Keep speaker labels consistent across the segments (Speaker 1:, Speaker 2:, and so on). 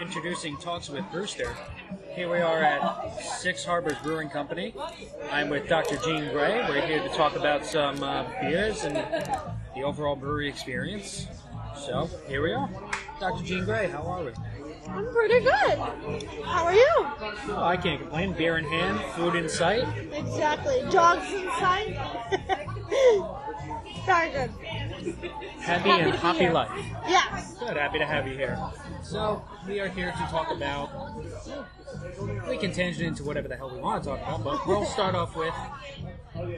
Speaker 1: introducing Talks with Brewster. Here we are at Six Harbors Brewing Company. I'm with Dr. Gene Gray. We're here to talk about some uh, beers and the overall brewery experience. So here we are. Dr. Gene Gray, how are we?
Speaker 2: I'm pretty good. How are you?
Speaker 1: Oh, I can't complain. Beer in hand, food in sight.
Speaker 2: Exactly. Dogs inside. Very good.
Speaker 1: Happy
Speaker 2: Happy
Speaker 1: and
Speaker 2: to be
Speaker 1: hoppy
Speaker 2: here.
Speaker 1: life.
Speaker 2: Yes.
Speaker 1: Good, happy to have you here. So, we are here to talk about. We can tangent into whatever the hell we want to talk about, but we'll start off with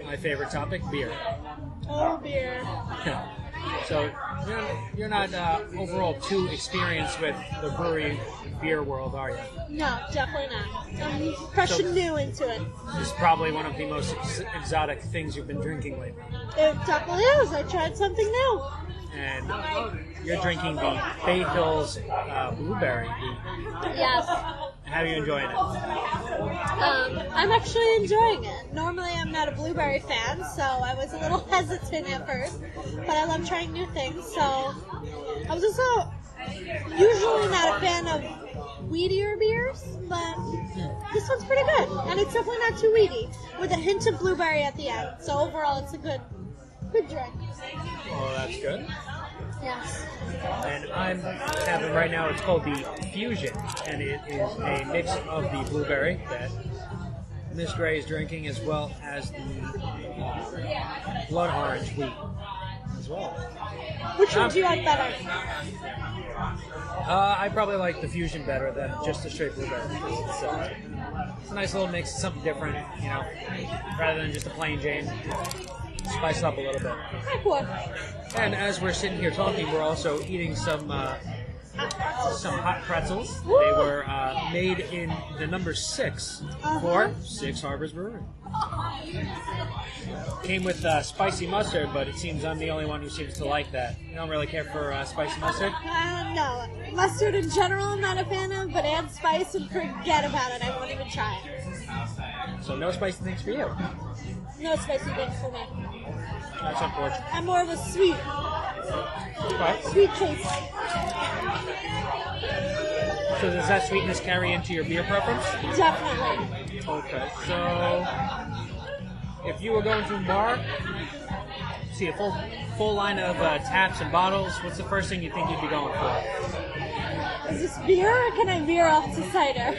Speaker 1: my favorite topic beer.
Speaker 2: Oh beer.
Speaker 1: so, you're, you're not uh, overall too experienced with the brewery beer world, are you?
Speaker 2: No, definitely not. I'm fresh
Speaker 1: So-
Speaker 2: and new into it.
Speaker 1: This is probably one of the most ex- exotic things you've been drinking lately.
Speaker 2: It definitely is. I tried something new.
Speaker 1: And you're drinking the Bay Hills uh, Blueberry.
Speaker 2: Yes.
Speaker 1: How are you enjoying it?
Speaker 2: Um, I'm actually enjoying it. Normally, I'm not a blueberry fan, so I was a little hesitant at first. But I love trying new things, so I was also usually not a fan of weedier beers, but this one's pretty good, and it's definitely not too weedy, with a hint of blueberry at the end. So overall, it's a good, good drink.
Speaker 1: Oh, that's good.
Speaker 2: Yes.
Speaker 1: and I'm having right now. It's called the Fusion, and it is a mix of the blueberry that Miss Gray is drinking, as well as the uh, blood orange wheat as well.
Speaker 2: Which one do you like better?
Speaker 1: Uh, I probably like the Fusion better than just the straight blueberry. It's, uh, it's a nice little mix, something different, you know, rather than just a plain Jane. Spice it up a little bit.
Speaker 2: Pick one.
Speaker 1: And as we're sitting here talking, we're also eating some. Uh, some hot pretzels. They
Speaker 2: Woo!
Speaker 1: were uh, made in the number 6
Speaker 2: Uh-huh.
Speaker 1: for Six Harbors Brewery. Came with uh, spicy mustard, but it seems I'm the only one who seems to like that. You don't really care for uh, spicy mustard.
Speaker 2: I don't know. Uh, Mustard in general, I'm not a fan of, but add spice and forget about it. I won't even try it.
Speaker 1: So no spicy things for you.
Speaker 2: No spicy things for me.
Speaker 1: That's unfortunate.
Speaker 2: I'm more of a sweet,
Speaker 1: But,
Speaker 2: sweet taste.
Speaker 1: so does that sweetness carry into your beer preference?
Speaker 2: Definitely.
Speaker 1: Okay, so if you were going to a bar, see a full full line of uh, taps and bottles, what's the first thing you think you'd be going for?
Speaker 2: Is this beer or can I veer off to cider?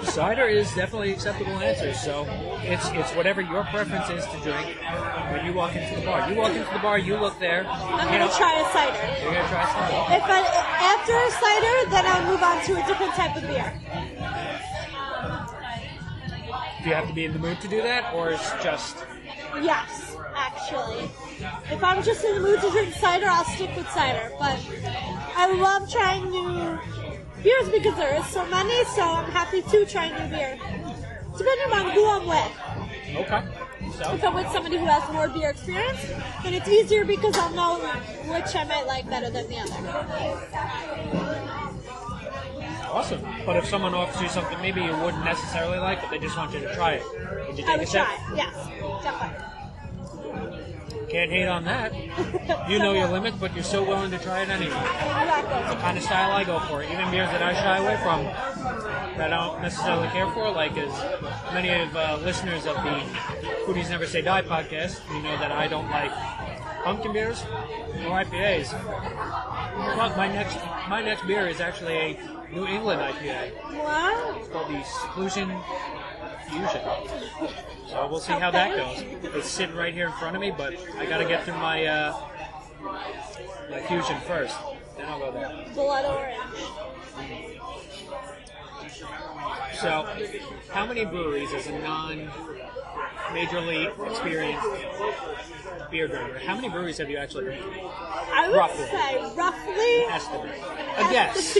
Speaker 1: Cider is definitely acceptable answer. So it's it's whatever your preference is to drink when you walk into the bar. You walk into the bar, you look there.
Speaker 2: I'm
Speaker 1: you
Speaker 2: gonna try a cider.
Speaker 1: You're gonna try cider.
Speaker 2: If I, after a cider, then I'll move on to a different type of beer.
Speaker 1: Do you have to be in the mood to do that, or it's just
Speaker 2: Yes, actually. If I'm just in the mood to drink cider, I'll stick with cider. But I love trying new beers because there is so many, so I'm happy to try new beer. Depending on who I'm with.
Speaker 1: okay? So
Speaker 2: If I'm with somebody who has more beer experience, then it's easier because I'll know which I might like better than the other.
Speaker 1: awesome. But if someone offers you something maybe you wouldn't necessarily like, but they just want you to try it, would you take
Speaker 2: I
Speaker 1: a
Speaker 2: would
Speaker 1: sip?
Speaker 2: try. Yes, definitely.
Speaker 1: Can't hate on that. You know your limits, but you're so willing to try it anyway.
Speaker 2: Exactly.
Speaker 1: kind of style I go for. Even beers that I shy away from, that I don't necessarily care for, like as many of uh, listeners of the Foodies Never Say Die podcast, you know that I don't like pumpkin beers or IPAs. But my next my next beer is actually a New England IPA.
Speaker 2: Wow.
Speaker 1: It's called the Seclusion Fusion. So we'll see how that goes. It's sitting right here in front of me, but I got to get through my uh, my fusion first. Then I'll go there.
Speaker 2: Blood orange.
Speaker 1: So, how many breweries as a non majorly experienced beer drinker? How many breweries have you actually been to?
Speaker 2: I would
Speaker 1: Roughly.
Speaker 2: say roughly.
Speaker 1: Estimate. A guess.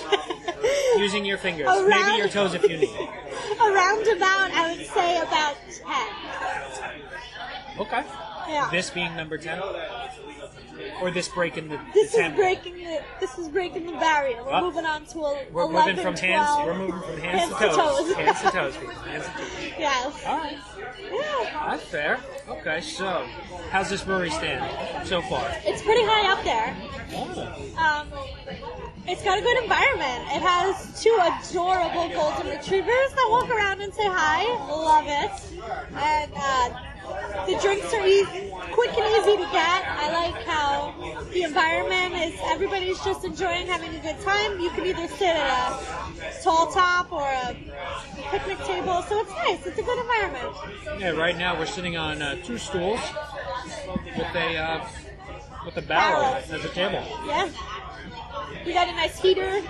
Speaker 1: Using your fingers. Maybe
Speaker 2: Around-
Speaker 1: your toes if you need.
Speaker 2: Around about, I would say about 10.
Speaker 1: Okay.
Speaker 2: Yeah.
Speaker 1: This being number 10? Or this break in the,
Speaker 2: This
Speaker 1: the 10?
Speaker 2: is breaking the this is breaking the barrier. We're
Speaker 1: Well,
Speaker 2: moving on to a,
Speaker 1: We're
Speaker 2: 11,
Speaker 1: moving from
Speaker 2: 12,
Speaker 1: hands. We're moving from hands, to toes. hands to toes. people. Hands to toes.
Speaker 2: yes.
Speaker 1: All right.
Speaker 2: Yeah.
Speaker 1: That's fair. Okay. So, how's this brewery stand so far?
Speaker 2: It's pretty high up there.
Speaker 1: Oh.
Speaker 2: Um, It's got a good environment. It has two adorable golden retrievers that walk around and say hi. Love it. And uh, the drinks are easy, quick and easy to get. I like how the environment is. Everybody's just enjoying having a good time. You can either sit at a tall top or a picnic table, so it's nice. It's a good environment.
Speaker 1: Yeah, right now we're sitting on uh, two stools with a uh, with a barrel
Speaker 2: Barrels.
Speaker 1: as a table.
Speaker 2: Yeah. We got a nice heater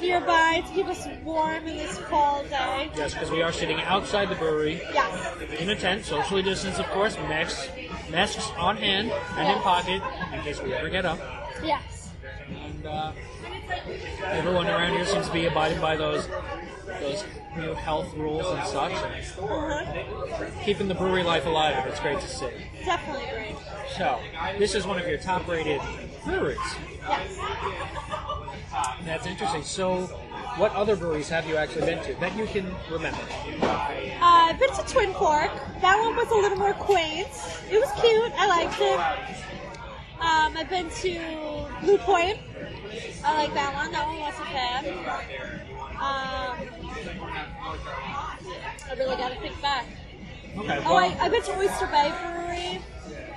Speaker 2: nearby to keep us warm in this fall day.
Speaker 1: Yes, because we are sitting outside the brewery
Speaker 2: Yes.
Speaker 1: in a tent, socially distanced, of course, masks masks on hand and in pocket in case we ever get up.
Speaker 2: Yes.
Speaker 1: And uh, everyone around here seems to be abiding by those those new health rules and such, and
Speaker 2: Uh-huh.
Speaker 1: keeping the brewery life alive. It's great to see.
Speaker 2: Definitely agree.
Speaker 1: So, this is one of your top-rated breweries.
Speaker 2: Yes.
Speaker 1: That's interesting. So, what other breweries have you actually been to that you can remember?
Speaker 2: Uh, I've been to Twin Fork. That one was a little more quaint. It was cute. I liked it. Um, I've been to Blue Point. I like that one. That one wasn't bad. Um, I really got to think back.
Speaker 1: Okay.
Speaker 2: Oh, I,
Speaker 1: Well,
Speaker 2: I bet you Oyster Bay Brewery.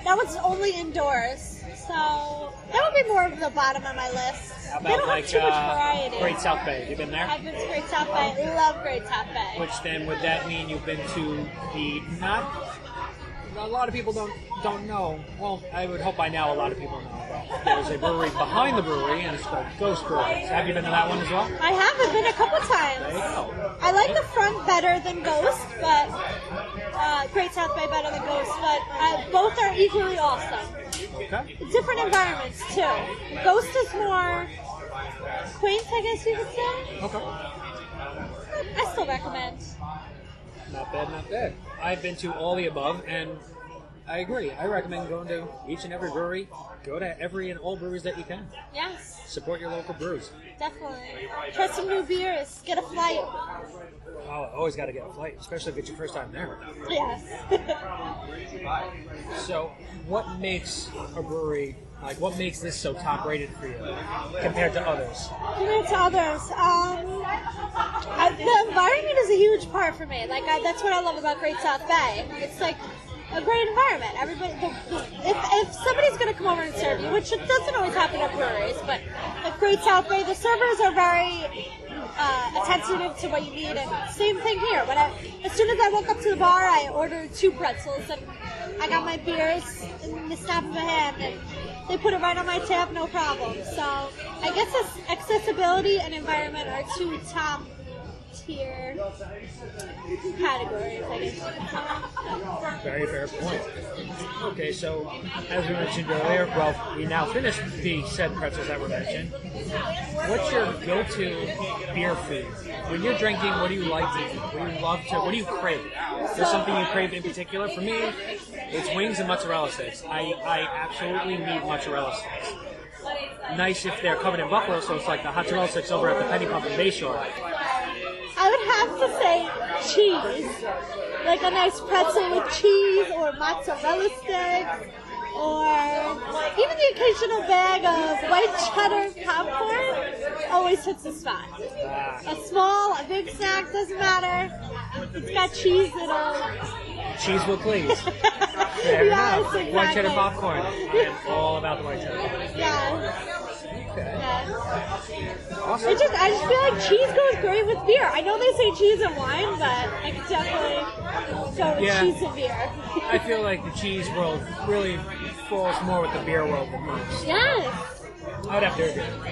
Speaker 2: That one's only indoors, so that would be more of the bottom of my list.
Speaker 1: how
Speaker 2: they don't
Speaker 1: about like
Speaker 2: have too much
Speaker 1: uh,
Speaker 2: variety.
Speaker 1: Great South Bay? You been there?
Speaker 2: I've been to Great South Bay. Love Great South Bay.
Speaker 1: Which then would that mean you've been to the not? A lot of people don't don't know. Well, I would hope by now a lot of people know. but There's a brewery behind the brewery, and it's called Ghost Brewery. Have you been to that one as well?
Speaker 2: I have. I've been a couple
Speaker 1: There
Speaker 2: times.
Speaker 1: you go.
Speaker 2: I like the front better than Ghost, but uh, Great South Bay better than Ghost. But uh, both are equally awesome.
Speaker 1: Okay.
Speaker 2: Different environments too. Ghost is more quaint, I guess you could say.
Speaker 1: Okay.
Speaker 2: But I still recommend.
Speaker 1: Not bad, not bad. I've been to all the above, and I agree. I recommend going to each and every brewery. Go to every and all breweries that you can.
Speaker 2: Yes.
Speaker 1: Support your local brews.
Speaker 2: Definitely. Try some new beers. Get a flight.
Speaker 1: Oh, always got to get a flight, especially if it's your first time there.
Speaker 2: Yes.
Speaker 1: So, what makes a brewery like? What makes this so top rated for you compared to others?
Speaker 2: Compared to others, um, I, the environment is a huge part for me. Like I, that's what I love about Great South Bay. It's like a great environment. Everybody, the, the- if, if somebody's going to come over and serve you, which it doesn't always happen at breweries, but at Great South Bay, the servers are very uh, attentive to what you need. And same thing here. When I, as soon as I woke up to the bar, I ordered two pretzels and I got my beers in the snap of a hand, and they put it right on my tab, no problem. So I guess this accessibility and environment are two top tier categories. I guess. you could say.
Speaker 1: Very fair point. Okay, so as we mentioned earlier, well, we now finished the said pretzels that were mentioned. What's your go-to beer food when you're drinking? What do you like to eat? What do you love to? What do you crave? Is there something you crave in particular? For me, it's wings and mozzarella sticks. I I absolutely need mozzarella sticks. Nice if they're covered in buffalo sauce, like the mozzarella sticks over at the Penny Pump in Bayshore.
Speaker 2: I would have to say cheese. Like a nice pretzel with cheese or mozzarella sticks or even the occasional bag of white cheddar popcorn always hits the spot.
Speaker 1: Uh,
Speaker 2: A small, a big snack, doesn't matter. It's got cheese in it.
Speaker 1: Cheese will please. Fair
Speaker 2: Yes,
Speaker 1: enough. White cheddar
Speaker 2: exactly.
Speaker 1: popcorn. I am all about the white cheddar. popcorn.
Speaker 2: Yeah.
Speaker 1: Okay.
Speaker 2: yeah.
Speaker 1: Awesome.
Speaker 2: It just, I just feel like cheese goes great with beer. I know they say cheese and wine, but I could definitely go with
Speaker 1: Yeah.
Speaker 2: cheese and beer.
Speaker 1: I feel like the cheese world really falls more with the beer world than most.
Speaker 2: yes.
Speaker 1: I'd have to agree.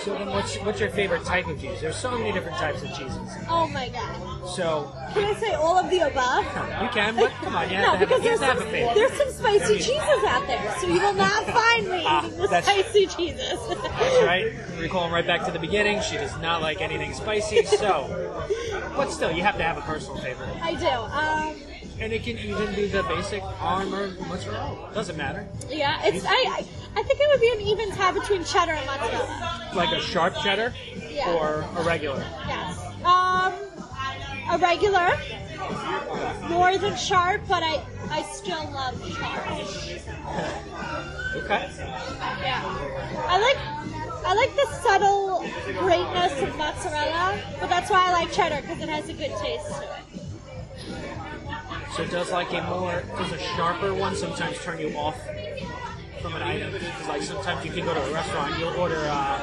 Speaker 1: So then what's, what's your favorite type of cheese? There's so many different types of cheeses.
Speaker 2: Oh my god.
Speaker 1: So
Speaker 2: Can I say all of the above?
Speaker 1: you can, but come on, you
Speaker 2: no,
Speaker 1: have to
Speaker 2: because
Speaker 1: have, you have,
Speaker 2: there's
Speaker 1: to
Speaker 2: some,
Speaker 1: have a favorite.
Speaker 2: there's some spicy cheeses out there, so you will not find me
Speaker 1: Ah,
Speaker 2: eating the
Speaker 1: that's-
Speaker 2: spicy cheeses.
Speaker 1: That's right. We're going right back to the beginning. She does not like anything spicy, so. But still, you have to have a personal favorite.
Speaker 2: I do. Um,
Speaker 1: And it can even be the basic armor mozzarella. Doesn't matter.
Speaker 2: yeah, it's I, I I think it would be an even tie between cheddar and mozzarella.
Speaker 1: Like a sharp cheddar
Speaker 2: Yeah.
Speaker 1: or a regular.
Speaker 2: Yes. Um, a regular, more than sharp, but I I still love sharp.
Speaker 1: Okay.
Speaker 2: Yeah. I like I like the subtle greatness of mozzarella, but that's why I like cheddar because it has a good taste to it.
Speaker 1: So does like a more does a sharper one sometimes turn you off from an item? 'Cause, Like sometimes you can go to a restaurant, you'll order uh,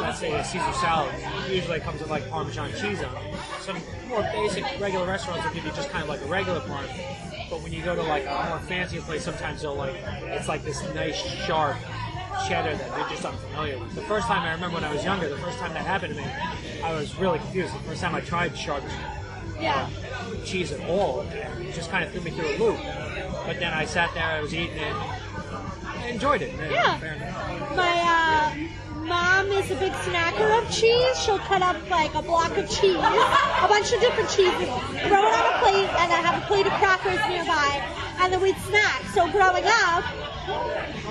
Speaker 1: let's say a Caesar salad. It usually comes with like Parmesan cheese on it. Some more basic regular restaurants will give you just kind of like a regular part. But when you go to like a more fancy place, sometimes they'll like it's like this nice sharp cheddar that they're just unfamiliar with. The first time I remember when I was younger, the first time that happened to me, I was really confused. The first time I tried sharp
Speaker 2: Yeah.
Speaker 1: cheese at all. It just kind of threw me through a loop. But then I sat there, I was eating it, I enjoyed it.
Speaker 2: Yeah.
Speaker 1: Fair enough.
Speaker 2: My uh, mom is a big snacker of cheese. She'll cut up like a block of cheese, a bunch of different cheeses, throw it on a plate, and I have a plate of crackers nearby, and then we'd snack. So growing up,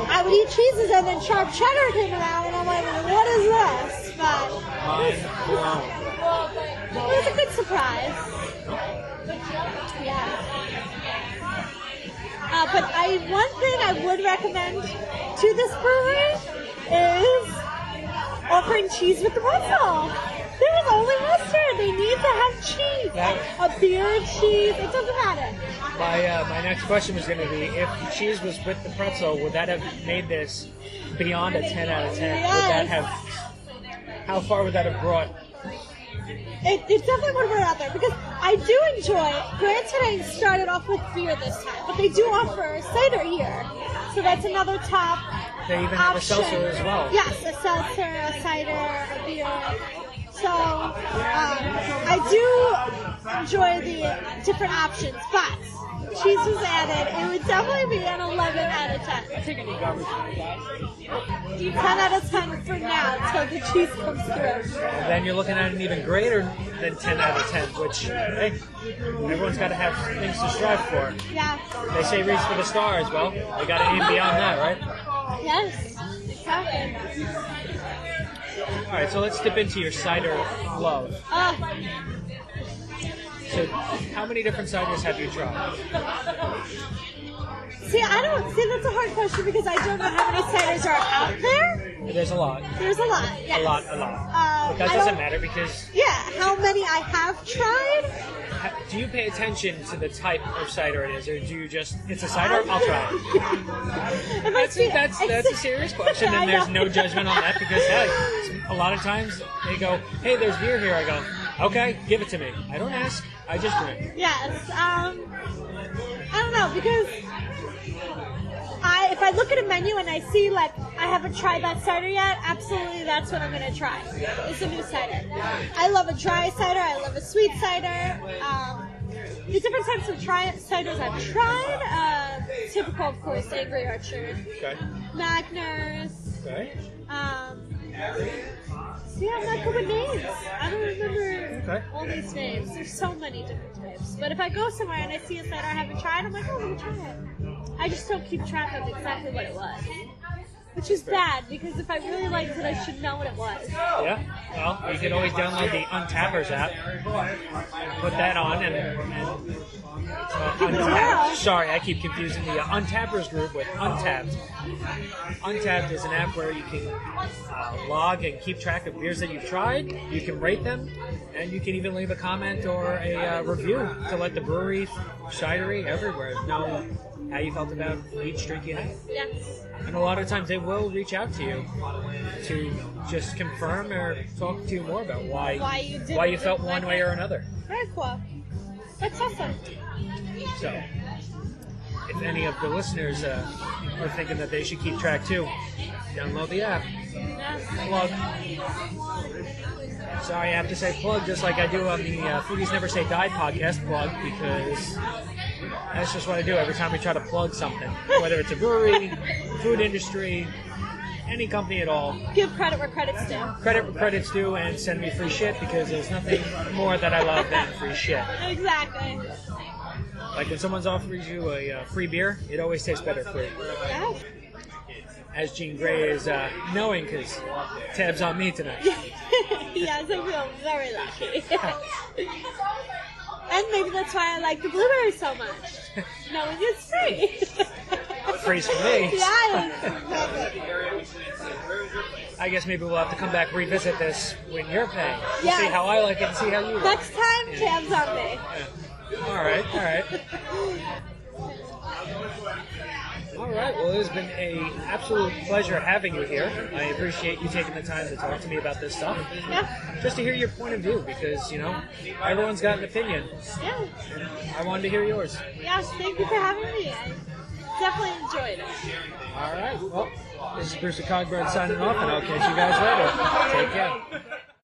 Speaker 2: I would eat cheeses and then sharp cheddar came around, and I'm like, what is this? But
Speaker 1: Mind blown.
Speaker 2: it was a good surprise. Yeah. Uh, but I one thing I would recommend to this brewery is offering cheese with the mussel. There is only mustard. They need to have cheese.
Speaker 1: Yeah.
Speaker 2: A beer and cheese. It doesn't matter.
Speaker 1: My, uh, my next question was going to be if the cheese was with the pretzel, would that have made this beyond a 10 out of 10? Would that
Speaker 2: Yes.
Speaker 1: have, how far would that have brought?
Speaker 2: It, it definitely would have been out there because I do enjoy. Granted, I started off with beer this time, but they do offer cider here, so that's another top.
Speaker 1: They even have a
Speaker 2: option.
Speaker 1: seltzer as well.
Speaker 2: Yes, a seltzer, a cider, a beer. So um, I do enjoy the different options, but cheese was added. It would definitely be an 11 out of 10.
Speaker 1: Taking the garbage.
Speaker 2: 10 out of 10 for now until the cheese comes through.
Speaker 1: Then you're looking at an even greater than 10 out of 10, which, hey, everyone's got to have things to strive for.
Speaker 2: Yeah.
Speaker 1: They say reach for the stars. Well, we got to aim beyond that, right?
Speaker 2: Yes. Exactly.
Speaker 1: All right, so let's dip into your cider love.
Speaker 2: Uh,
Speaker 1: So, how many different ciders have you tried?
Speaker 2: See, I don't see that's a hard question because I don't know how many ciders are out there.
Speaker 1: There's a lot,
Speaker 2: There's a lot. Yes.
Speaker 1: a lot, a lot.
Speaker 2: Um,
Speaker 1: But that
Speaker 2: I
Speaker 1: doesn't
Speaker 2: don't-
Speaker 1: matter because
Speaker 2: Yeah, how many I have tried?
Speaker 1: ha- do you pay attention to the type of cider it is, or do you just it's a cider? I'll try it.
Speaker 2: It
Speaker 1: That's
Speaker 2: must be-
Speaker 1: that's that's a serious question,
Speaker 2: I
Speaker 1: and there's
Speaker 2: know.
Speaker 1: no judgment on that because hey, a lot of times they go, "Hey, there's beer here." I go, "Okay, give it to me." I don't ask. I just drink.
Speaker 2: Yes. Um, I don't know because I if I look at a menu and I see like I haven't tried that cider yet, absolutely that's what I'm gonna try. It's a new cider. I love a dry cider. I love a sweet cider. Um, the different types of tri- ciders I've tried. Uh, typical, of course, Angry Orchard,
Speaker 1: Okay.
Speaker 2: Magners.
Speaker 1: Okay.
Speaker 2: Um, see, I'm not good with names. I don't remember
Speaker 1: Okay.
Speaker 2: all these names. There's so many different types. But if I go somewhere and I see a cider I haven't tried, I'm like, oh, let me try it. I just don't keep track of exactly what it was. Which is bad because if I really liked it, I should know what it was.
Speaker 1: Yeah. Well, you can always download the Untappers app, put that on, and. and uh, Untapped.
Speaker 2: around.
Speaker 1: Sorry, I keep confusing the uh, Untappers group with Untapped. Untapped is an app where you can uh, log and keep track of beers that you've tried. You can rate them, and you can even leave a comment or a uh, review to let the brewery, cidery, everywhere know how you felt about each drink you had.
Speaker 2: Yes.
Speaker 1: And a lot of times they will reach out to you to just confirm or talk to you more about why
Speaker 2: Why you did
Speaker 1: why
Speaker 2: it.
Speaker 1: you felt one way or another.
Speaker 2: Very cool. That's awesome.
Speaker 1: So, if any of the listeners uh, are thinking that they should keep track too, download the app.
Speaker 2: Yes.
Speaker 1: Plug. Sorry, I have to say plug just like I do on the uh, Foodies Never Say Die podcast plug because that's just what I do every time we try to plug something, whether it's a brewery, food industry, any company at all.
Speaker 2: Give credit where credit's due.
Speaker 1: credit where credit's due and send me free shit because there's nothing more that I love than free shit.
Speaker 2: Exactly.
Speaker 1: Like when someone's offers you a uh, free beer, it always tastes better free.
Speaker 2: Yes.
Speaker 1: As Gene Gray is uh, knowing because tabs on me tonight.
Speaker 2: yes, I feel very lucky. and maybe that's why I like the blueberry so much. Knowing it's free.
Speaker 1: Free's for me.
Speaker 2: yeah, I love it.
Speaker 1: I I guess maybe we'll have to come back revisit this when you're paying. We'll see
Speaker 2: Yes.
Speaker 1: how I like it and see how you like
Speaker 2: Next time, jabs on me.
Speaker 1: it. All right, all right. All right, well, it has been a absolute pleasure having you here. I appreciate you taking the time to talk to me about this stuff.
Speaker 2: Yeah.
Speaker 1: Just to hear your point of view, because, you know, everyone's got an opinion.
Speaker 2: Yeah.
Speaker 1: I wanted to hear yours.
Speaker 2: Yes, thank you for having me. I definitely enjoyed it.
Speaker 1: All right, well, this is Bruce Cogbird signing off, and I'll catch you guys later. Take care.